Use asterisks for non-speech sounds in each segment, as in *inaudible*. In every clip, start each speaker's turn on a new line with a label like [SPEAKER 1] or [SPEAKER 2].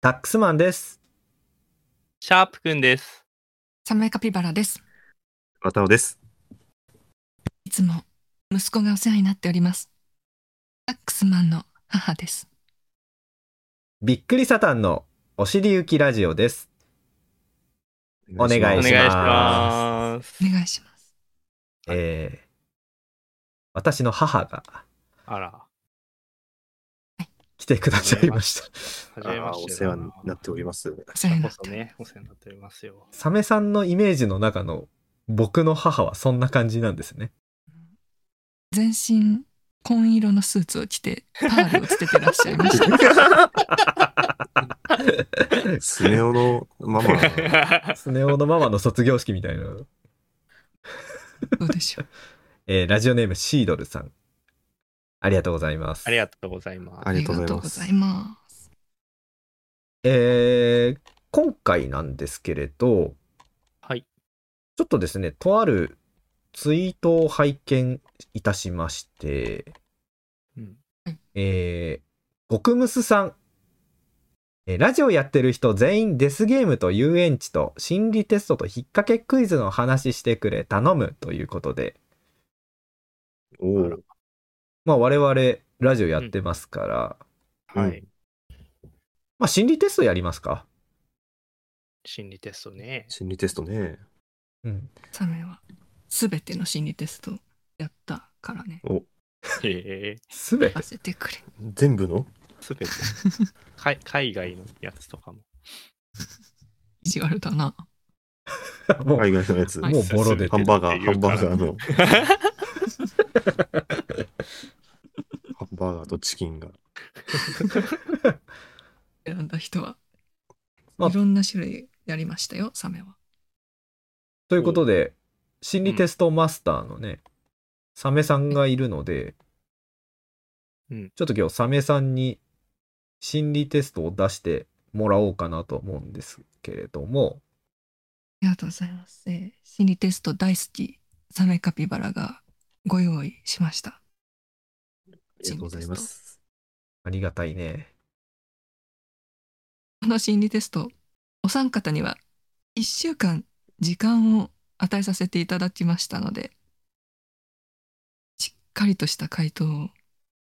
[SPEAKER 1] タックスマンです。
[SPEAKER 2] シャープくんです。
[SPEAKER 3] サメカピバラです。
[SPEAKER 4] わたおです。
[SPEAKER 3] いつも息子がお世話になっております。タックスマンの母です。
[SPEAKER 1] びっくりサタンのお尻行きラジオです。お願いします
[SPEAKER 2] お願いします。
[SPEAKER 3] お願いします。
[SPEAKER 1] えー私の母が
[SPEAKER 2] あら、は
[SPEAKER 1] 来てくださいました。
[SPEAKER 2] じめまして。
[SPEAKER 4] お世話になってお
[SPEAKER 2] *laughs*
[SPEAKER 4] ります。
[SPEAKER 3] お世話にな
[SPEAKER 2] こ
[SPEAKER 3] っ
[SPEAKER 2] そ
[SPEAKER 3] て。
[SPEAKER 2] ね、お世話になっておりますよ。
[SPEAKER 1] サメさんのイメージの中の僕の母はそんな感じなんですね。
[SPEAKER 3] 全身紺色のスーツを着て、パールをつけてらっしゃい
[SPEAKER 4] *laughs*
[SPEAKER 3] ました。
[SPEAKER 4] スネ夫の
[SPEAKER 2] *laughs*
[SPEAKER 4] ママ。
[SPEAKER 1] スネ夫のママの卒業式みたいな。
[SPEAKER 3] どうでしょう。
[SPEAKER 1] えーラジオネームシードルさん。ありがとうございます。
[SPEAKER 2] ありがとうございます。
[SPEAKER 4] ありがとう
[SPEAKER 3] あ
[SPEAKER 4] ご
[SPEAKER 3] りが
[SPEAKER 4] ざ
[SPEAKER 3] と
[SPEAKER 4] いうま
[SPEAKER 3] ござい。ま
[SPEAKER 4] す
[SPEAKER 3] す。
[SPEAKER 1] えー今回なんですけれど、
[SPEAKER 2] は
[SPEAKER 1] ち
[SPEAKER 2] い。
[SPEAKER 1] ょっとですね、とあるツイートを拝見いたしまして、
[SPEAKER 2] うん
[SPEAKER 1] えー、極むすさん。えーラジオやってる人全員デスゲームと遊園地と心理テストと引っ掛けクイズの話してくれ頼むということで、
[SPEAKER 4] お
[SPEAKER 2] あら
[SPEAKER 4] ー
[SPEAKER 1] まあ我々ラジオやってますから、
[SPEAKER 4] うん
[SPEAKER 2] はい。
[SPEAKER 1] まあ心理テストやりますか。
[SPEAKER 2] 心理テストね。
[SPEAKER 4] 心理テストね。
[SPEAKER 1] うん。
[SPEAKER 3] サメは全ての心理テストをやったからね。
[SPEAKER 2] へえ。
[SPEAKER 1] すべ
[SPEAKER 3] 合わせてくれ。
[SPEAKER 4] 全部の
[SPEAKER 2] すべて。海海外のやつとかも。
[SPEAKER 3] 意地悪だな。
[SPEAKER 1] もう、
[SPEAKER 4] 海外のやつ。
[SPEAKER 3] はい
[SPEAKER 1] もうボロ出て
[SPEAKER 4] ハン
[SPEAKER 1] る。
[SPEAKER 4] バーガー、ハ
[SPEAKER 2] 言う
[SPEAKER 4] ン
[SPEAKER 2] から
[SPEAKER 4] バーガーの。
[SPEAKER 2] *laughs*
[SPEAKER 4] ハンバーガーとチキンが。
[SPEAKER 3] 選んだ人は。
[SPEAKER 1] あ
[SPEAKER 3] いろんな種類やりましたよ、サメは。
[SPEAKER 1] ということで、心理テストマスターのね、サメさんがいるので、
[SPEAKER 2] うん
[SPEAKER 1] ちょっと今日サメさんに心理テストを出してもらおうかなと思うんですけれども、
[SPEAKER 3] ありがとうございます。えー心理テスト大好き、サメカピバラがご用意しました。
[SPEAKER 4] ありがとうございます。
[SPEAKER 1] ありがたいね。
[SPEAKER 3] この心理テスト、お三方には1週間時間を与えさせていただきましたので、しっかりとした回答を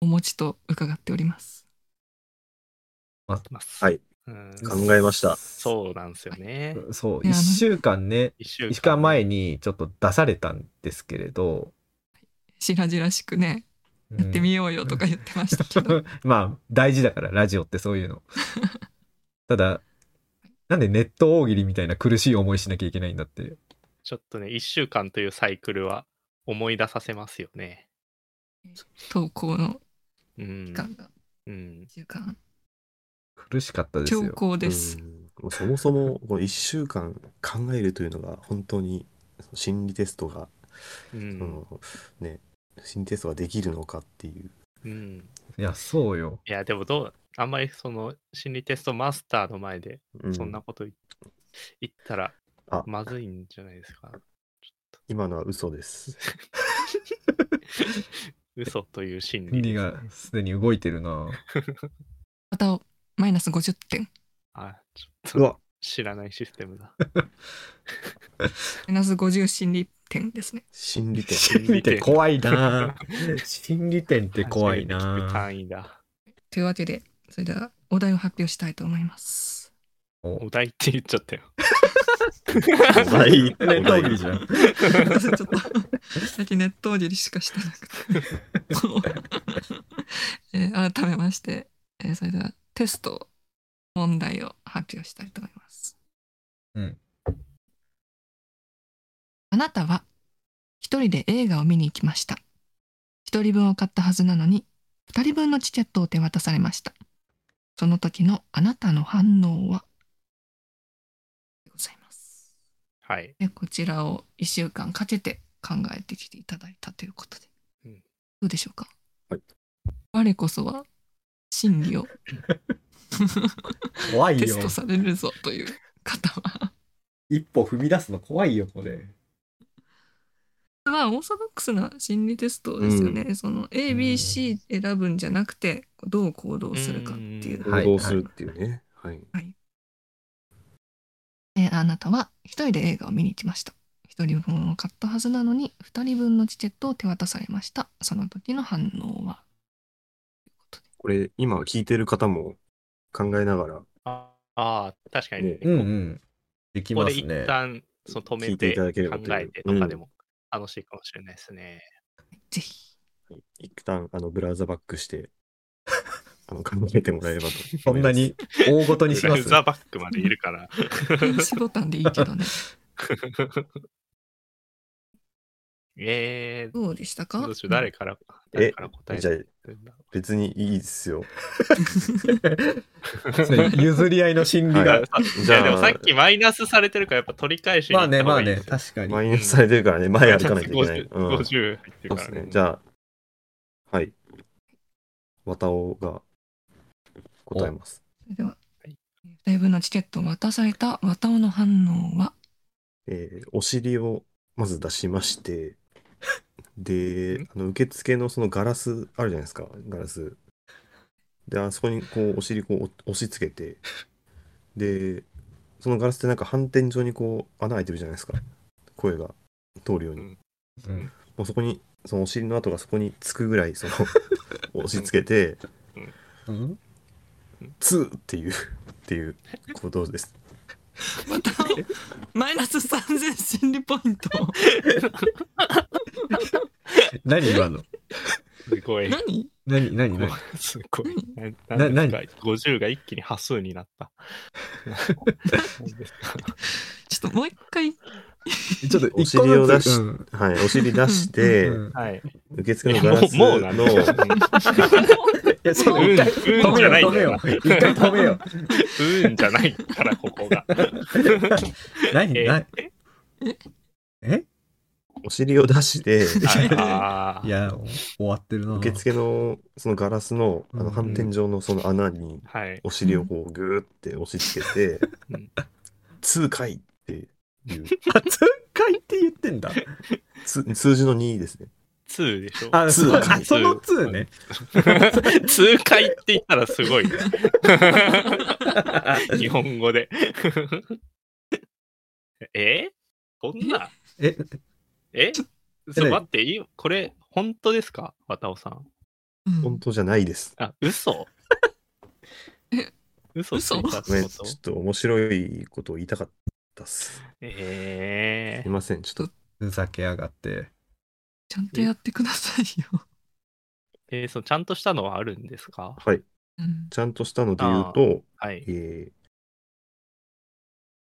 [SPEAKER 3] お持ちと伺っております。
[SPEAKER 2] ます
[SPEAKER 4] はい。
[SPEAKER 2] うん
[SPEAKER 4] 考えました。
[SPEAKER 2] そうなんですよね。
[SPEAKER 1] そう、
[SPEAKER 3] いや
[SPEAKER 1] 1週間ね、
[SPEAKER 2] 一週
[SPEAKER 1] 1週間前
[SPEAKER 2] に。
[SPEAKER 1] にちょっと出されたんですけれど、
[SPEAKER 3] 白々しくね、
[SPEAKER 1] うん
[SPEAKER 3] やってみようよとか言ってましたけ
[SPEAKER 1] *laughs*
[SPEAKER 3] ど、
[SPEAKER 1] まあ、大事だから、ラジオってそういう
[SPEAKER 3] *laughs*
[SPEAKER 1] の。ただ、なんでネット大喜利みたいな苦しい思いしなきゃいけないんだって。
[SPEAKER 2] ちょっとね、一週間というサイクルは思い出させますよね。
[SPEAKER 3] 投稿の
[SPEAKER 2] うん
[SPEAKER 3] 期。間が
[SPEAKER 2] うん
[SPEAKER 3] 1。週間、
[SPEAKER 1] 苦しかったですよ。
[SPEAKER 3] 強行です。
[SPEAKER 4] うんそもそも、この1週間考えるというのが、本当に心理テストが、
[SPEAKER 2] う。
[SPEAKER 4] うんんね、心理テストができるのかっていう。
[SPEAKER 2] うん。
[SPEAKER 1] いや、そうよ。
[SPEAKER 2] いや、でもどう、あんまりその心理テストマスターの前で、
[SPEAKER 4] う
[SPEAKER 2] そんなこと言言ったら
[SPEAKER 4] あ、
[SPEAKER 2] まずいんじゃないですか。
[SPEAKER 4] 今のは嘘です。
[SPEAKER 2] 嘘という心理
[SPEAKER 1] 心
[SPEAKER 2] で
[SPEAKER 1] 理
[SPEAKER 2] すね、
[SPEAKER 1] がすでに動いてるな。
[SPEAKER 3] またマイナス50点、
[SPEAKER 2] あ、ち
[SPEAKER 4] う
[SPEAKER 2] ょっと
[SPEAKER 4] わ、
[SPEAKER 2] 知らないシステムだ。
[SPEAKER 3] マイナス50心理点ですね。
[SPEAKER 4] 心理テス
[SPEAKER 2] 心理点
[SPEAKER 1] 怖いな。心理点
[SPEAKER 2] *laughs*
[SPEAKER 1] って怖い
[SPEAKER 2] 初めて聞く
[SPEAKER 1] な。
[SPEAKER 2] 単位だ。
[SPEAKER 3] というわけで、それではお題を発表したいと思います。
[SPEAKER 2] お題って言っちゃったよ。
[SPEAKER 4] ト。お題、
[SPEAKER 1] ネット大喜利
[SPEAKER 4] お
[SPEAKER 1] じゃん。
[SPEAKER 3] 私ちょっと、 *laughs* 最近ネット大喜利しかしてなくて。 *laughs* えー改めまして、えーそれではテスト問題を発表したいと思います。
[SPEAKER 1] うん。
[SPEAKER 3] あなたは、一人で映画を見に行きました。一人分を買ったはずなのに、二人分のチケットを手渡されました。その時のあなたの反応はでございます。
[SPEAKER 2] はい。
[SPEAKER 3] でこちらを1週間かけて考えてきていただいたということで、
[SPEAKER 2] うん
[SPEAKER 3] どうでしょうか、
[SPEAKER 4] はい
[SPEAKER 3] 我こそは真理を
[SPEAKER 1] 怖い
[SPEAKER 3] テ
[SPEAKER 1] よ
[SPEAKER 3] ス。トされるぞという方は *laughs*
[SPEAKER 1] 一歩踏み出すの怖いよ、これ。
[SPEAKER 3] まあオーソドックスな心理テストですよね、その ABC 選ぶんじゃなくてどう行動するかっていう、
[SPEAKER 1] うん
[SPEAKER 4] 題行動するっていうね。はい。
[SPEAKER 3] えーあなたは一人で映画を見に行きました。一人分を買ったはずなのに、二人分のチケットを手渡されました。その時の反応は
[SPEAKER 4] これ、今聞いてる方も考えながら
[SPEAKER 2] ああー、確かに、ね
[SPEAKER 4] ね
[SPEAKER 1] うんうん。でき
[SPEAKER 2] ここ
[SPEAKER 1] ま
[SPEAKER 2] です一
[SPEAKER 1] ね。
[SPEAKER 2] 旦そう止
[SPEAKER 4] 聞
[SPEAKER 2] め
[SPEAKER 4] いて
[SPEAKER 2] て
[SPEAKER 4] いただければ
[SPEAKER 2] 考
[SPEAKER 4] という
[SPEAKER 2] えてとかでも楽しいかもしれないですね。
[SPEAKER 3] ぜひ。
[SPEAKER 4] 一旦あのブラウザバックして、あの考えてもらえればと思います。
[SPEAKER 1] そんなに大ごと
[SPEAKER 2] ブ
[SPEAKER 1] にし
[SPEAKER 2] ラ
[SPEAKER 1] ま
[SPEAKER 2] ウ
[SPEAKER 1] す。
[SPEAKER 2] ザーバックまでいるから。
[SPEAKER 3] 禁止ボタンでいいけどね。
[SPEAKER 2] *laughs* えー、
[SPEAKER 3] どうでしたか
[SPEAKER 2] どうしよう、誰から、誰
[SPEAKER 4] え
[SPEAKER 2] から答え
[SPEAKER 4] じゃあ
[SPEAKER 2] てくれるんだろ
[SPEAKER 4] 別にいいですよ。
[SPEAKER 1] 譲り合いの心理
[SPEAKER 2] う。
[SPEAKER 1] が
[SPEAKER 4] は。
[SPEAKER 2] じ
[SPEAKER 4] じ
[SPEAKER 2] ゃ
[SPEAKER 4] ゃ
[SPEAKER 2] あ、
[SPEAKER 4] あ
[SPEAKER 2] でもさっきマイナスされてるから、やっぱ取り返しに
[SPEAKER 1] まあ
[SPEAKER 2] 行っ
[SPEAKER 1] ね、
[SPEAKER 2] た方
[SPEAKER 1] ま
[SPEAKER 2] が
[SPEAKER 1] あ
[SPEAKER 2] いいで
[SPEAKER 1] ね、
[SPEAKER 2] すよ。
[SPEAKER 1] 確かに。
[SPEAKER 4] マイナスされてるからね、前歩かないといけない。
[SPEAKER 2] 50
[SPEAKER 4] うん、そう
[SPEAKER 2] 50入ってる
[SPEAKER 4] で
[SPEAKER 2] から
[SPEAKER 4] す
[SPEAKER 2] ね。
[SPEAKER 4] ね。じゃあ、はい。綿尾が答えます。
[SPEAKER 3] それでは
[SPEAKER 2] はい、
[SPEAKER 3] 二人分のチケットを渡された渡尾の反応は、
[SPEAKER 4] えーお尻をまず出し
[SPEAKER 1] *laughs*
[SPEAKER 4] まして、で、あの受付のそのガラスあるじゃないですか、ガラス。で、あそこにこうお尻こうお押し付け
[SPEAKER 1] *laughs*
[SPEAKER 4] て、で、そのガラスってなんか反転状にこう穴開いてるじゃないですか、声が通るように。
[SPEAKER 1] う
[SPEAKER 2] うん
[SPEAKER 1] ん
[SPEAKER 4] もうそこに、そのお尻の跡がそこにつくぐらい、
[SPEAKER 1] *laughs*
[SPEAKER 4] その押し付けて、
[SPEAKER 1] うん
[SPEAKER 4] ツーっていう、っていう行動です。
[SPEAKER 3] 渡尾、マイナス3000心理ポイント。
[SPEAKER 1] 何今の
[SPEAKER 2] すごい。
[SPEAKER 3] 何
[SPEAKER 1] 何何何
[SPEAKER 2] すごい。な
[SPEAKER 1] な
[SPEAKER 2] なんですか ?50 が一気に端数になった。なんですか
[SPEAKER 3] ちょっともう一回、
[SPEAKER 1] ちょっと
[SPEAKER 4] お
[SPEAKER 1] 一個
[SPEAKER 4] 尻を
[SPEAKER 1] ず
[SPEAKER 4] 出
[SPEAKER 1] つ
[SPEAKER 4] し
[SPEAKER 1] うん
[SPEAKER 4] はい、
[SPEAKER 1] *laughs*
[SPEAKER 4] お尻出して、
[SPEAKER 1] うん
[SPEAKER 2] はい。
[SPEAKER 4] 受付のガラス
[SPEAKER 2] いやもうもうなんだよ
[SPEAKER 1] い
[SPEAKER 4] の、
[SPEAKER 1] やちょっと
[SPEAKER 2] うん、
[SPEAKER 1] 一回
[SPEAKER 2] うんじゃないん
[SPEAKER 1] 止
[SPEAKER 2] だ
[SPEAKER 1] め
[SPEAKER 2] よ
[SPEAKER 1] よ
[SPEAKER 2] な
[SPEAKER 1] う。止めよう。一回止めよう。
[SPEAKER 2] うんじゃないから、ここが。
[SPEAKER 1] 何
[SPEAKER 2] え
[SPEAKER 1] 何 *laughs* え
[SPEAKER 4] お尻を出して、
[SPEAKER 2] あ
[SPEAKER 1] い
[SPEAKER 2] ー
[SPEAKER 1] や、お終わってるな。
[SPEAKER 4] 受付のそのガラスのあ
[SPEAKER 1] うん
[SPEAKER 4] の反転状のその穴に
[SPEAKER 2] はい。
[SPEAKER 4] お尻をこうグーって押し付けて
[SPEAKER 2] うん、
[SPEAKER 4] 通回っていう、
[SPEAKER 1] 初回って言ってんだ。
[SPEAKER 4] つ数字の2ですね。
[SPEAKER 2] 2でしょ。
[SPEAKER 1] あ、
[SPEAKER 4] 通
[SPEAKER 1] そうあ
[SPEAKER 4] 回
[SPEAKER 1] その2ね。
[SPEAKER 2] 通回って言ったらすごいね。
[SPEAKER 4] *laughs*
[SPEAKER 2] 日本語で。えそんな
[SPEAKER 1] え、
[SPEAKER 2] えそれ待って、いこれ、本当ですか渡尾さん。
[SPEAKER 3] うん
[SPEAKER 4] 本当じゃないです。
[SPEAKER 2] あ、嘘
[SPEAKER 3] え
[SPEAKER 2] 嘘ついたっ
[SPEAKER 4] ごめ
[SPEAKER 2] てこ
[SPEAKER 4] ん、ち
[SPEAKER 2] と
[SPEAKER 4] ょっと面白いことを言いたかったっす。
[SPEAKER 2] え
[SPEAKER 4] すいません、ちょっと。
[SPEAKER 1] ふざけやがって。
[SPEAKER 3] ちゃんとやってくださいよ。
[SPEAKER 2] えー、そのちゃんとしたのはあるんですか
[SPEAKER 4] はい。
[SPEAKER 3] うん
[SPEAKER 4] ちゃんとしたので言うと、
[SPEAKER 2] はい。
[SPEAKER 4] え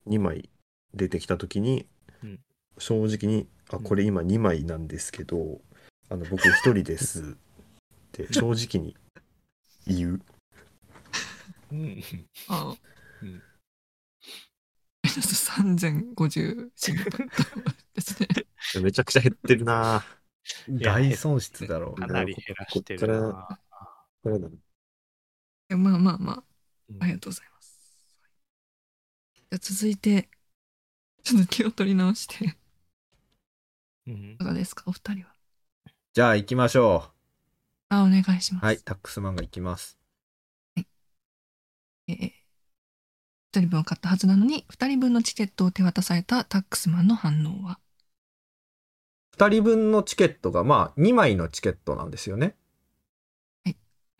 [SPEAKER 4] 2枚出てきた時に、
[SPEAKER 2] うん
[SPEAKER 4] 正直に「あ
[SPEAKER 2] うん
[SPEAKER 4] これ今2枚なんですけど、あの僕1人です」 *laughs* って正直に言う
[SPEAKER 2] うん
[SPEAKER 3] あ
[SPEAKER 2] うん
[SPEAKER 3] マイナス3050心理ポイントですね。
[SPEAKER 4] めちゃくちゃ減ってるなぁ
[SPEAKER 2] や
[SPEAKER 1] 大損失だろ
[SPEAKER 2] かなり減らしてるな。
[SPEAKER 4] これなの
[SPEAKER 3] *laughs* いやまあまあまあ、
[SPEAKER 2] うん
[SPEAKER 3] ありがとうございます。じゃあ続いて、ちょっと気を取り直して、い
[SPEAKER 2] うん
[SPEAKER 3] かがですか、お二人は。
[SPEAKER 1] じゃあ行きましょ
[SPEAKER 3] あ、お願いしま
[SPEAKER 1] う。
[SPEAKER 3] す。
[SPEAKER 1] はい、タックスマンが行きます。
[SPEAKER 3] えー一人分を買ったはずなのに、二人分のチケットを手渡されたタックスマンの反応は。
[SPEAKER 1] 2人分のチケットが、まあ、2枚のチケットなんですよね。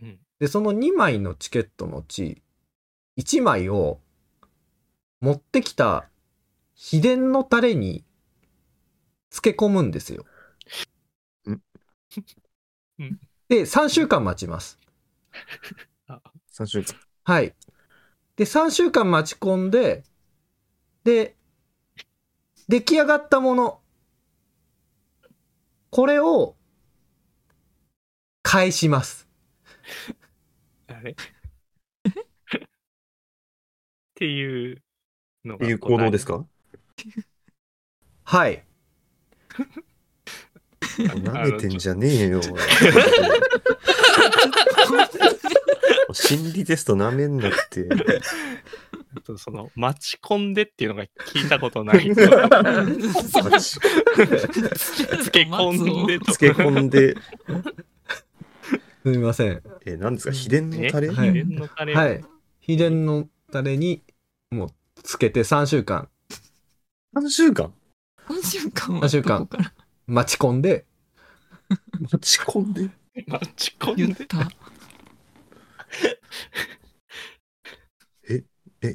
[SPEAKER 2] うん
[SPEAKER 1] で、その2枚のチケットのうち、1枚を持ってきた秘伝のタレに漬け込むんですよ
[SPEAKER 4] ん。
[SPEAKER 2] ん
[SPEAKER 1] で、3週間待ちます。
[SPEAKER 4] 3週間
[SPEAKER 1] はい。で、3週間待ち込んで、で、出来上がったもの、これを返します。
[SPEAKER 2] あれっていうの
[SPEAKER 4] って
[SPEAKER 2] が
[SPEAKER 4] いう行動です
[SPEAKER 2] か
[SPEAKER 4] か
[SPEAKER 1] はい。
[SPEAKER 4] なめてんじゃねえよ *laughs* 心理テストなめんなって
[SPEAKER 2] その待ち込んでっていうのが聞いたことない。
[SPEAKER 1] *laughs*
[SPEAKER 4] 立ち
[SPEAKER 2] つけ込んでと
[SPEAKER 4] つけ込んで、
[SPEAKER 1] すみません。
[SPEAKER 4] えー、何ですか秘伝のタレ
[SPEAKER 2] え
[SPEAKER 1] はい
[SPEAKER 2] *laughs* 秘伝のタレ
[SPEAKER 1] はい。秘伝のタレに、もう、つけて3週間
[SPEAKER 4] 3週間
[SPEAKER 3] 3週間は
[SPEAKER 1] 三週
[SPEAKER 3] ど
[SPEAKER 1] 間
[SPEAKER 3] こから
[SPEAKER 1] 待ち込んで、
[SPEAKER 4] 待ち込んで。
[SPEAKER 2] 待ち込
[SPEAKER 3] 言
[SPEAKER 2] ん
[SPEAKER 3] っ
[SPEAKER 2] で。
[SPEAKER 3] た
[SPEAKER 4] え、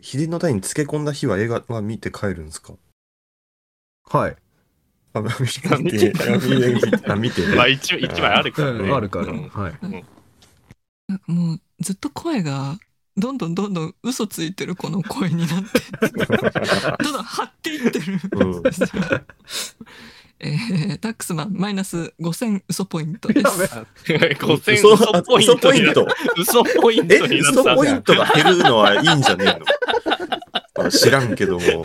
[SPEAKER 4] 秘伝の鯛に漬け込んだ日は映画は見て帰るんですか
[SPEAKER 1] はい。
[SPEAKER 4] あ、見て、
[SPEAKER 2] あ見て
[SPEAKER 4] あ、見て。
[SPEAKER 2] まあ一枚一枚あるから
[SPEAKER 1] う
[SPEAKER 2] ね。
[SPEAKER 1] ん、あるから。
[SPEAKER 2] うん
[SPEAKER 1] はい。
[SPEAKER 3] なんかもうずっと声がどんどんどんどん嘘ついてるこの声になってどんどん張っていってる、
[SPEAKER 2] *laughs*
[SPEAKER 4] うん
[SPEAKER 3] えータックスマンマイナス5000嘘ポイントで
[SPEAKER 1] やべ
[SPEAKER 3] す
[SPEAKER 2] 5000
[SPEAKER 4] 嘘
[SPEAKER 2] 嘘ポイントになっ
[SPEAKER 4] 嘘
[SPEAKER 2] 嘘ポイン
[SPEAKER 4] え、
[SPEAKER 2] トになった
[SPEAKER 4] 嘘ポイントが減るのは
[SPEAKER 2] *laughs*
[SPEAKER 4] いいんじゃねえのまあ知らんけども、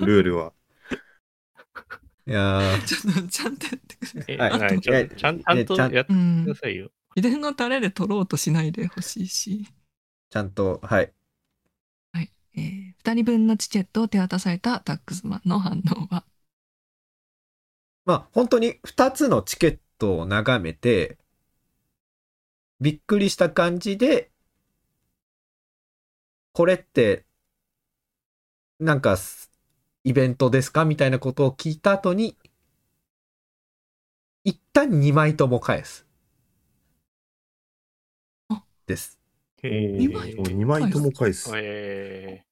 [SPEAKER 4] ルールは。
[SPEAKER 1] いやー
[SPEAKER 3] ちょっとちゃんとやってくれ
[SPEAKER 2] *laughs* え
[SPEAKER 1] はい
[SPEAKER 2] はいちゃんちゃんちゃんとやってく
[SPEAKER 3] う
[SPEAKER 2] だ
[SPEAKER 3] ん
[SPEAKER 2] さいよ。
[SPEAKER 3] 秘伝のタレで取ろうとしないでほしいし、
[SPEAKER 1] ちゃんと、はい。
[SPEAKER 3] え2人分のチケットを手渡されたタックスマンの反応は
[SPEAKER 1] まあ、本当に2つのチケットを眺めて、びっくりした感じで、これって、なんかす、イベントですかみたいなことを聞いた後に、一旦2枚とも返す
[SPEAKER 3] あ。
[SPEAKER 1] です。
[SPEAKER 2] え
[SPEAKER 3] 二枚
[SPEAKER 4] 2枚とも返す。
[SPEAKER 2] え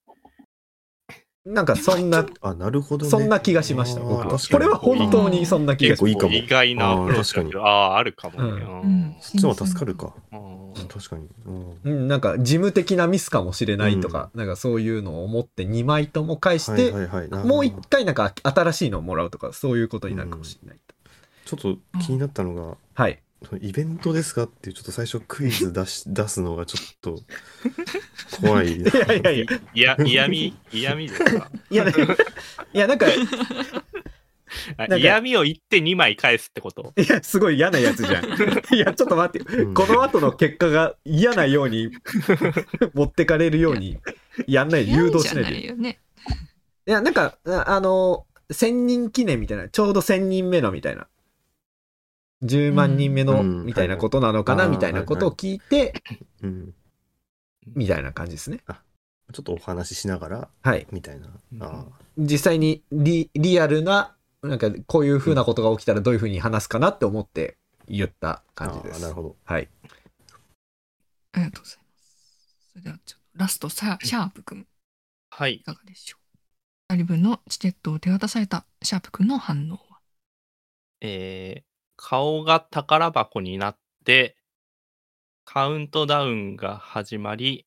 [SPEAKER 1] なんかそんな、
[SPEAKER 4] あ、なるほどね。
[SPEAKER 1] そんな気がしました、
[SPEAKER 4] あー
[SPEAKER 1] 僕は。
[SPEAKER 4] 確か
[SPEAKER 1] こ
[SPEAKER 4] に
[SPEAKER 1] れは本当にそんな気が
[SPEAKER 2] 結
[SPEAKER 1] しま
[SPEAKER 2] 構
[SPEAKER 1] し
[SPEAKER 4] いいかも
[SPEAKER 2] 意外なアプローチだけど、ああー、あるかもね。うん
[SPEAKER 4] そっちの方が助かるか。
[SPEAKER 2] うん
[SPEAKER 4] うん確かに。うん
[SPEAKER 1] た。うん、なんか事務的なミスかもしれないとか、なんかそういうのを思って2枚とも返して、
[SPEAKER 4] はいはいはい、
[SPEAKER 1] もう一
[SPEAKER 4] 一
[SPEAKER 1] 回なんか新しいのをもらうとか、そういうことになるかもしれない。
[SPEAKER 4] ちょっと気になったのが、
[SPEAKER 1] はい。 *laughs*
[SPEAKER 4] そのイベントですかっていう、ちょっと最初クイズ出し出すのがちょっと怖
[SPEAKER 1] *laughs*
[SPEAKER 4] い。
[SPEAKER 1] いやいやいや、
[SPEAKER 2] いや、嫌味嫌味ですか
[SPEAKER 1] いや、 *laughs* いやなんか、い
[SPEAKER 2] あ
[SPEAKER 1] か
[SPEAKER 2] 嫌味を言って2枚返すってこと
[SPEAKER 1] や、すごい嫌なやつじゃん。いや、ちょっと待ってよ、
[SPEAKER 4] うん
[SPEAKER 1] この後の結果が嫌なように、持ってかれるように、やんないで、誘導しないで。い
[SPEAKER 3] いよね
[SPEAKER 1] や、なんか、ああの、千人記念みたいな、ちょうど千人目のみたいな。10万人目の
[SPEAKER 4] うん
[SPEAKER 1] みたいなことなのかな、
[SPEAKER 4] うん
[SPEAKER 1] みたいなことを聞いて、
[SPEAKER 4] うん、
[SPEAKER 1] みたいな感じですね。
[SPEAKER 4] ちょっとお話ししながら、
[SPEAKER 1] はい。
[SPEAKER 4] みたいな。あ
[SPEAKER 1] 実際にリリアルな、なんかこういう風なことが起きたらどういう風に話すかなって思って言った
[SPEAKER 4] ー
[SPEAKER 1] 感じで
[SPEAKER 4] あー
[SPEAKER 1] す。
[SPEAKER 4] なるほど。
[SPEAKER 1] はい。
[SPEAKER 3] ありがとうございますそれではちょっとラストさシャープくん
[SPEAKER 2] はい
[SPEAKER 3] い。かがでしょう2人分のチケットを手渡されたシャープくんの反応は
[SPEAKER 2] えー顔が宝箱になって、カウントダウンが始まり、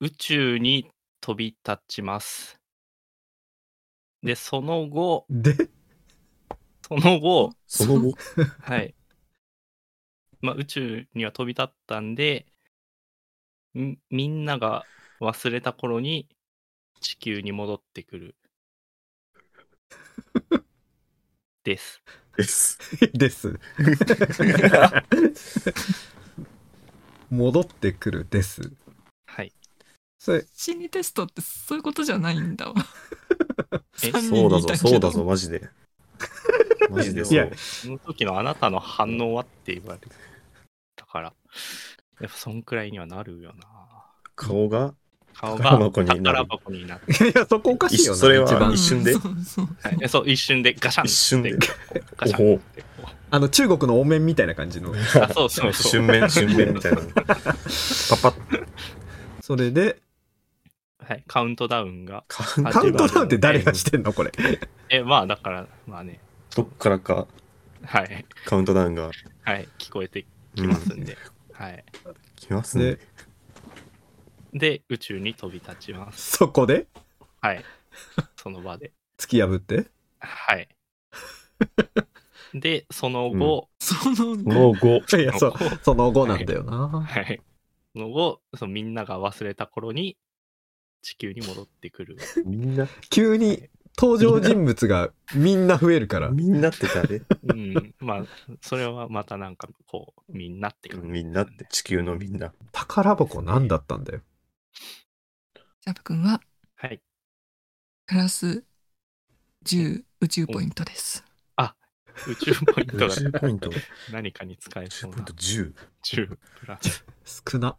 [SPEAKER 2] 宇宙に飛び立ちます。で、その後、
[SPEAKER 1] で、 *laughs*
[SPEAKER 2] その後、
[SPEAKER 4] その後、
[SPEAKER 2] はい。まあ、宇宙には飛び立ったんで、みみんなが忘れた頃に地球に戻ってくる。です。
[SPEAKER 4] です。
[SPEAKER 1] です。
[SPEAKER 4] *laughs*
[SPEAKER 1] 戻ってくるです。
[SPEAKER 2] はい。
[SPEAKER 1] それ、
[SPEAKER 3] 心理テストってそういうことじゃないん
[SPEAKER 4] *laughs*
[SPEAKER 3] だわ
[SPEAKER 2] え
[SPEAKER 3] 三
[SPEAKER 4] そ
[SPEAKER 3] 人
[SPEAKER 4] うだ
[SPEAKER 3] いた
[SPEAKER 4] ぞ、
[SPEAKER 3] け
[SPEAKER 4] そうだ
[SPEAKER 3] ど
[SPEAKER 4] ぞ、マジで。マジでそう。
[SPEAKER 1] いや
[SPEAKER 2] その時のあなたの反応はって言われたから、やっぱそんくらいにはなるよな。
[SPEAKER 4] 顔が、
[SPEAKER 2] 顔が
[SPEAKER 4] 宝箱になる
[SPEAKER 2] 宝箱になって、
[SPEAKER 1] いや、そこおかしいよな、
[SPEAKER 4] 一それは
[SPEAKER 1] 一番
[SPEAKER 4] 一瞬で
[SPEAKER 3] そうそう
[SPEAKER 2] はいえそう、一瞬でガシャンって
[SPEAKER 4] 一瞬で
[SPEAKER 2] ガシャンって。
[SPEAKER 1] あの、中国のお面みたいな感じの。
[SPEAKER 2] あそうそうそう
[SPEAKER 4] 瞬。面、瞬面みたいな。パパッ、
[SPEAKER 1] それで、
[SPEAKER 2] はい、カウントダウンが。
[SPEAKER 4] カウン
[SPEAKER 1] カウント
[SPEAKER 4] ト
[SPEAKER 1] ダ
[SPEAKER 4] ダ
[SPEAKER 1] ウン
[SPEAKER 4] ウン
[SPEAKER 1] って誰がしてんのこれ。
[SPEAKER 2] え、まあだから、まあね、
[SPEAKER 4] どっからか
[SPEAKER 2] はい、
[SPEAKER 4] カウントダウンが、
[SPEAKER 2] はい、聞こえて
[SPEAKER 4] う
[SPEAKER 2] き
[SPEAKER 4] ん
[SPEAKER 2] ますんで、はい。
[SPEAKER 4] 来ますね
[SPEAKER 1] で。
[SPEAKER 2] で、宇宙に飛び立ちます。
[SPEAKER 1] そこで、
[SPEAKER 2] はい。その場で。
[SPEAKER 1] 突き破って。
[SPEAKER 2] はい。で、その後、
[SPEAKER 3] そうその
[SPEAKER 4] の後、
[SPEAKER 1] いや、そう、その後なんだよな。
[SPEAKER 2] はい。その後、そのみんなが忘れた頃に、地球に戻って
[SPEAKER 4] *laughs*
[SPEAKER 2] くる。
[SPEAKER 4] みんな、
[SPEAKER 1] 急に登場人物がみんな増えるから。
[SPEAKER 4] みんなって誰
[SPEAKER 2] うん。まあ、それはまたなんか、こう、みんなって感じ。
[SPEAKER 4] みんなって、地球のみんな。
[SPEAKER 1] 宝箱何だったんだよ。
[SPEAKER 3] シャープくんは
[SPEAKER 2] はい。
[SPEAKER 3] プラス10宇宙ポイントです
[SPEAKER 2] 宇宙ポイントが
[SPEAKER 4] 10ポイント、
[SPEAKER 2] 何かに使えそう
[SPEAKER 4] 10ポイン
[SPEAKER 2] な
[SPEAKER 4] ト10。
[SPEAKER 2] 10プラス。
[SPEAKER 1] 少な。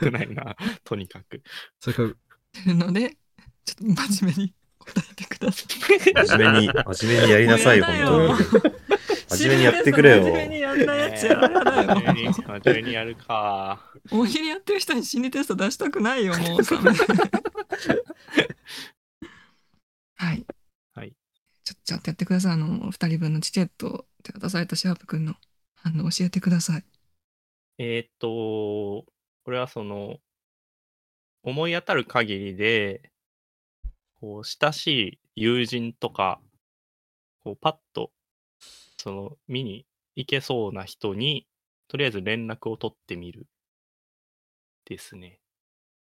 [SPEAKER 2] 少ないな、とにかく。
[SPEAKER 1] それから
[SPEAKER 3] るので、ちょっと真面目に答えてください。
[SPEAKER 4] *laughs* 真面目に、真面目にやりなさいよ、
[SPEAKER 5] もう
[SPEAKER 4] 本
[SPEAKER 5] やだよ
[SPEAKER 4] 当に。真面目にやってくれよ
[SPEAKER 5] 真面目にやんなやつやらない
[SPEAKER 2] 真面目に真面目にやるか。
[SPEAKER 3] 大喜利やってる人に心理テスト出したくないよ、もう。はい。
[SPEAKER 2] はい。
[SPEAKER 3] ちょ、ちゃんとやってください。あの、二人分のチケットを手渡されたシャープくんの反応教えてください。
[SPEAKER 2] えーっと、これはその、思い当たる限りで、こう、親しい友人とか、こう、パッと、その、見に行けそうな人に、とりあえず連絡を取ってみる。ですね。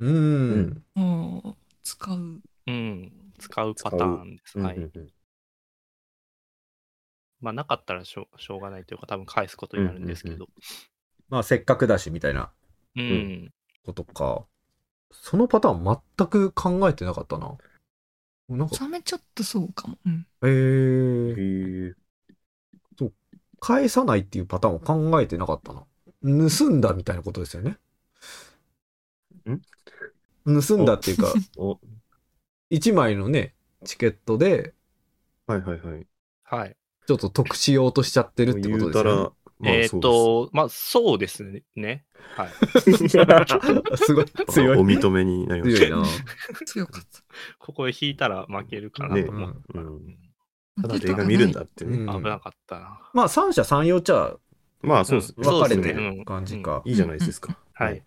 [SPEAKER 1] うーん。
[SPEAKER 3] もう、使う。
[SPEAKER 2] うん。使うパターンです。
[SPEAKER 4] うん
[SPEAKER 2] はい。まあ、なかったらしょうしょうがないというか、多分返すことになるんですけど。
[SPEAKER 1] まあ、せっかくだし、みたいな
[SPEAKER 2] うん
[SPEAKER 4] んうん
[SPEAKER 1] ことか。そのパターン全く考えてなかったな。なんか、
[SPEAKER 3] サメちょっとそうかも。うん。
[SPEAKER 1] え
[SPEAKER 4] へ
[SPEAKER 1] ー、
[SPEAKER 4] ー
[SPEAKER 1] 返さないっていうパターンを考えてなかったな。盗んだみたいなことですよね。盗んだっていうか、
[SPEAKER 4] お、
[SPEAKER 1] 1枚のね、チケットで、
[SPEAKER 4] はいはいはい。
[SPEAKER 2] はい。
[SPEAKER 1] ちょっと得しようとしちゃってるってこ
[SPEAKER 4] 言
[SPEAKER 1] と
[SPEAKER 4] う
[SPEAKER 1] です
[SPEAKER 4] たら、ま
[SPEAKER 1] よ
[SPEAKER 4] あそう
[SPEAKER 2] え
[SPEAKER 4] で
[SPEAKER 2] ー
[SPEAKER 4] す
[SPEAKER 2] っ。
[SPEAKER 4] *laughs*
[SPEAKER 2] と、まあ、そうですね。はい。
[SPEAKER 1] ね。すごい強
[SPEAKER 4] お
[SPEAKER 1] い。
[SPEAKER 4] 認めになりま
[SPEAKER 1] 強い
[SPEAKER 4] し
[SPEAKER 1] な。
[SPEAKER 3] 強かった。
[SPEAKER 2] ここで引いたら負けるかなと思った。
[SPEAKER 4] ね
[SPEAKER 3] た
[SPEAKER 4] た。ただ映画見るんだって
[SPEAKER 1] う
[SPEAKER 4] ね。
[SPEAKER 1] ん
[SPEAKER 2] 危なかったな。
[SPEAKER 1] まあ、三者三様ちゃ
[SPEAKER 4] まあそうです。
[SPEAKER 2] うん
[SPEAKER 1] 分かれ
[SPEAKER 2] そう
[SPEAKER 1] て
[SPEAKER 2] ですね
[SPEAKER 1] る感じか。
[SPEAKER 4] いいじゃないですか。
[SPEAKER 2] はい。。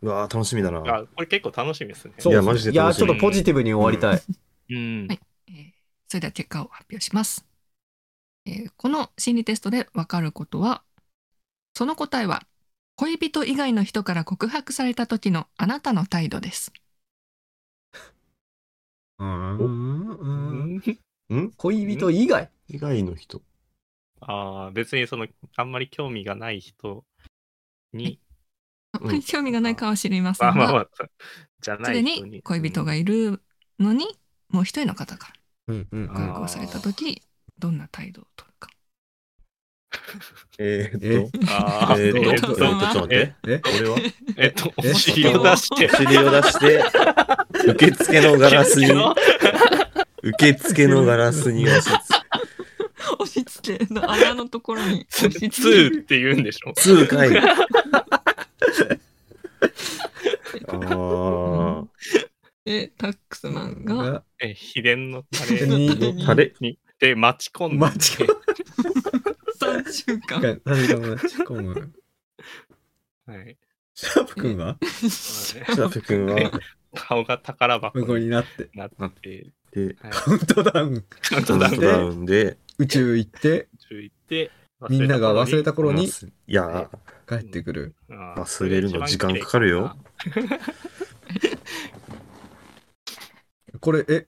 [SPEAKER 4] うわー楽しみだな。
[SPEAKER 2] あ、これ結構楽しみですね。
[SPEAKER 1] そうで
[SPEAKER 4] いや
[SPEAKER 1] すね
[SPEAKER 4] マジで
[SPEAKER 1] いや、
[SPEAKER 4] 楽
[SPEAKER 1] ち
[SPEAKER 4] し
[SPEAKER 1] ょ
[SPEAKER 4] み
[SPEAKER 1] っとポジティブに終わりたい。
[SPEAKER 2] うん。
[SPEAKER 3] えーそれでは結果を発表します、えーこの心理テストでわかることはその答えは恋人以外の人から告白された時のあなたの態度です
[SPEAKER 1] うーんう
[SPEAKER 2] う
[SPEAKER 1] ーん
[SPEAKER 2] ん
[SPEAKER 1] 恋人以外
[SPEAKER 4] 以外の人。
[SPEAKER 2] ああ、別にその、あんまり興味がない人に、
[SPEAKER 3] あんまり興味がないかは知りませ
[SPEAKER 2] *laughs* まあ
[SPEAKER 3] ん
[SPEAKER 2] まあま
[SPEAKER 3] が
[SPEAKER 2] あ、じゃ
[SPEAKER 3] す
[SPEAKER 2] な
[SPEAKER 3] で
[SPEAKER 2] い人
[SPEAKER 3] に
[SPEAKER 2] に。
[SPEAKER 3] 恋人がいるのにもう一人の方から
[SPEAKER 1] うんうん
[SPEAKER 2] あー
[SPEAKER 3] 告白された時どんな態度を取るか
[SPEAKER 4] えーっと。
[SPEAKER 2] ああ、
[SPEAKER 4] え
[SPEAKER 2] え
[SPEAKER 4] ーっと、えー
[SPEAKER 2] っ
[SPEAKER 4] っと、
[SPEAKER 2] と、
[SPEAKER 4] ちょっと待って。
[SPEAKER 1] え
[SPEAKER 4] 俺は
[SPEAKER 2] えっと、
[SPEAKER 1] え
[SPEAKER 2] お尻を出して
[SPEAKER 4] お、尻を出して、受付のガラスに、受付のガラスに押し
[SPEAKER 3] 押し付けの穴のところ
[SPEAKER 2] *laughs* *laughs*
[SPEAKER 3] に
[SPEAKER 2] ツーって言うんでしょ。
[SPEAKER 4] つ、痛
[SPEAKER 2] *laughs*
[SPEAKER 4] 快。ああ、
[SPEAKER 3] でタックスマンが
[SPEAKER 2] え、秘伝のタレ
[SPEAKER 1] に
[SPEAKER 3] に *laughs*
[SPEAKER 4] タレ、
[SPEAKER 2] に、で、待ち込んで、
[SPEAKER 1] 待ち込
[SPEAKER 3] 3週間
[SPEAKER 1] 確かに待ち込む。
[SPEAKER 2] はい。
[SPEAKER 1] シャープ君は
[SPEAKER 4] シャープ君は、
[SPEAKER 2] 顔が宝箱
[SPEAKER 1] 向こう
[SPEAKER 2] に
[SPEAKER 1] になって、
[SPEAKER 2] なって、
[SPEAKER 4] で、
[SPEAKER 2] はい
[SPEAKER 1] カウントダウン、
[SPEAKER 2] カウン
[SPEAKER 4] カ
[SPEAKER 2] ト
[SPEAKER 4] ウ
[SPEAKER 2] ダ
[SPEAKER 4] ン
[SPEAKER 2] ウン
[SPEAKER 4] トダウンで、
[SPEAKER 1] 宇宙行って、
[SPEAKER 2] 中行って、
[SPEAKER 1] みんなが忘れた頃に
[SPEAKER 4] いや、
[SPEAKER 1] 帰ってくる。
[SPEAKER 4] 忘れるの時間かかるよ。
[SPEAKER 1] これ、え、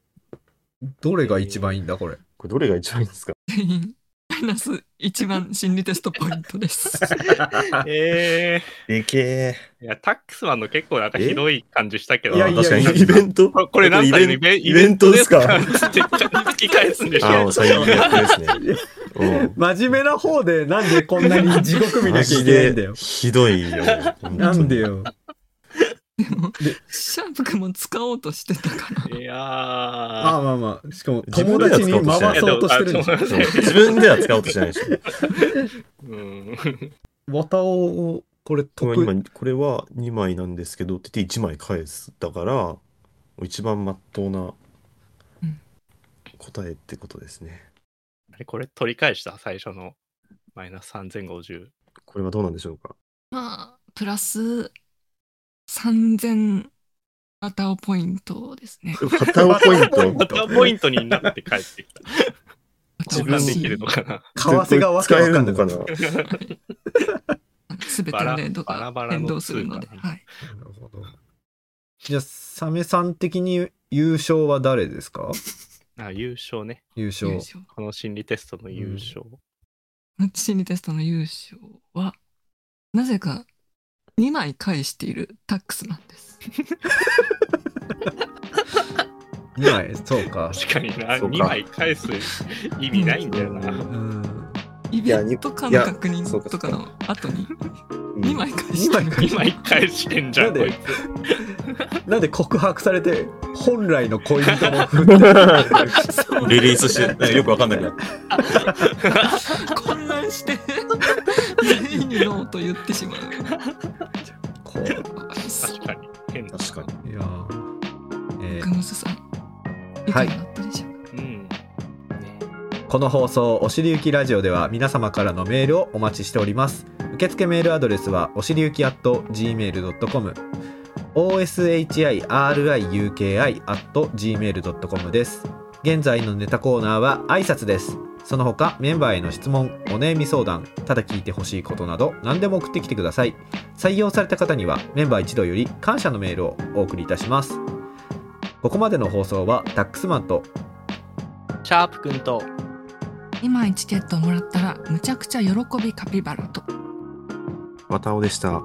[SPEAKER 1] どれが一番いいんだ、これ。
[SPEAKER 4] これどれが一番いいんですか
[SPEAKER 3] 全員マイナス1番心理テストポイントです。
[SPEAKER 2] え
[SPEAKER 4] でけ
[SPEAKER 2] ー、いや、タックスマンの結構なんかひどい感じしたけ
[SPEAKER 4] え。
[SPEAKER 2] ど、
[SPEAKER 1] いやいや
[SPEAKER 4] 確かに、イベント
[SPEAKER 2] これこれなん
[SPEAKER 4] イ
[SPEAKER 2] か
[SPEAKER 4] ベ
[SPEAKER 2] イ
[SPEAKER 4] ン
[SPEAKER 2] ベ
[SPEAKER 4] イベントですか
[SPEAKER 2] ですかって聞き返すんでし
[SPEAKER 4] ああ、
[SPEAKER 2] ょ。
[SPEAKER 4] 最悪で
[SPEAKER 1] *laughs*
[SPEAKER 4] すね。うん
[SPEAKER 1] 真面目な方で、なんでこんなに地獄見
[SPEAKER 4] マ
[SPEAKER 1] なきゃ
[SPEAKER 4] ジ
[SPEAKER 1] いけないんだ
[SPEAKER 4] で
[SPEAKER 1] よ。
[SPEAKER 4] ひどいよ。
[SPEAKER 1] *laughs* なんでよ。
[SPEAKER 3] でもシャープ君も使おうとしてたから。
[SPEAKER 2] いやー。
[SPEAKER 1] まあ
[SPEAKER 2] あ
[SPEAKER 1] まあまあ、しかも友達に回そうとしてるんでしょ。
[SPEAKER 4] そう自分では使おうとしないで
[SPEAKER 1] *laughs*
[SPEAKER 4] しょ。
[SPEAKER 2] うん。
[SPEAKER 1] 綿を、これ、
[SPEAKER 4] こ
[SPEAKER 1] 得
[SPEAKER 4] れ今これは2枚なんですけどって言って1枚返すだから一番まっとうな
[SPEAKER 3] うん
[SPEAKER 4] 答えってことですね、
[SPEAKER 2] これ取り返した最初のマイナス3050。
[SPEAKER 4] これはどうなんでしょうか
[SPEAKER 3] まあプラス3000アタオポイントですね。
[SPEAKER 4] *laughs* 片尾ポイン
[SPEAKER 2] ま
[SPEAKER 4] ト
[SPEAKER 2] たポイントになって帰ってきた。
[SPEAKER 4] *laughs* 自
[SPEAKER 2] 自
[SPEAKER 4] 分
[SPEAKER 2] 分
[SPEAKER 4] で
[SPEAKER 2] で
[SPEAKER 4] き
[SPEAKER 2] きるのかな。 *laughs*
[SPEAKER 1] 為替がわけ
[SPEAKER 4] 使え
[SPEAKER 1] わ
[SPEAKER 4] る
[SPEAKER 1] かんな
[SPEAKER 4] の
[SPEAKER 1] い
[SPEAKER 4] かな
[SPEAKER 3] すべてのレード
[SPEAKER 2] バラバ
[SPEAKER 3] が
[SPEAKER 2] ラの
[SPEAKER 3] 連動するので。
[SPEAKER 2] 通貨
[SPEAKER 3] はい、
[SPEAKER 1] なるほど。じゃあ、サメさん的に優勝は誰ですか
[SPEAKER 2] あ優勝ね。
[SPEAKER 1] 優
[SPEAKER 3] 優
[SPEAKER 1] 勝。
[SPEAKER 3] 勝。
[SPEAKER 2] この心理テストの優勝。
[SPEAKER 3] 心理テストの優勝はなぜか2枚返しているタックスマンです。
[SPEAKER 1] 2枚、そうか。
[SPEAKER 2] 確かにな、
[SPEAKER 4] そうか
[SPEAKER 2] 2枚返す意味ないんだよな。
[SPEAKER 1] うん。
[SPEAKER 3] イベントかの確認とかの後に
[SPEAKER 4] うん
[SPEAKER 3] 2枚返
[SPEAKER 1] 2
[SPEAKER 3] して
[SPEAKER 1] 枚
[SPEAKER 3] る
[SPEAKER 1] 返し
[SPEAKER 2] 今一回してんじゃん
[SPEAKER 1] な
[SPEAKER 2] こ
[SPEAKER 1] ん
[SPEAKER 2] い
[SPEAKER 1] で
[SPEAKER 2] つ
[SPEAKER 1] なんで告白されて本来の恋人の振っ
[SPEAKER 6] *laughs*
[SPEAKER 3] *laughs*
[SPEAKER 6] リリースして、ねよくわかんないけど。
[SPEAKER 3] 混乱して全員にノーと言ってしまう
[SPEAKER 1] こうい
[SPEAKER 3] かわいそう
[SPEAKER 2] 確かに変だ
[SPEAKER 4] 確かに。
[SPEAKER 1] やーえー
[SPEAKER 3] クムスさんいかがだったでしょうか、
[SPEAKER 2] うんね
[SPEAKER 1] この放送「おしりゆきラジオ」では皆様からのメールをお待ちしております受付メールアドレスはおしりゆき at gmail.com oshiriuki at gmail.com です現在のネタコーナーは挨拶ですその他メンバーへの質問お悩み相談ただ聞いてほしいことなど何でも送ってきてください採用された方にはメンバー一同より感謝のメールをお送りいたしますここまでの放送はタックスマンと
[SPEAKER 2] シャープくんと
[SPEAKER 3] 2枚チケットをもらったらむちゃくちゃ喜びカピバラと
[SPEAKER 4] またおでした。